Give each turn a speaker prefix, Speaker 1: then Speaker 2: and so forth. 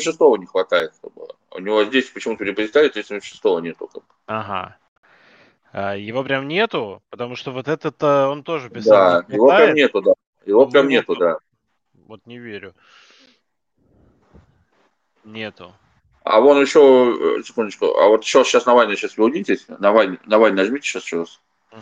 Speaker 1: 76 не хватает. Как бы. У него здесь почему-то репозитарий 376 нету. Как бы.
Speaker 2: Ага. А, Его прям нету, потому что вот этот а, он тоже писал.
Speaker 1: Да,
Speaker 2: не
Speaker 1: его прям
Speaker 2: хватает.
Speaker 1: нету, да. Его
Speaker 2: Ну,
Speaker 1: прям
Speaker 2: нету.
Speaker 1: нету, да.
Speaker 2: Вот не верю. Нету.
Speaker 1: А вон еще, э, секундочку, а вот еще сейчас Навальный сейчас вы увидите, Навальный, Навальный нажмите сейчас еще раз.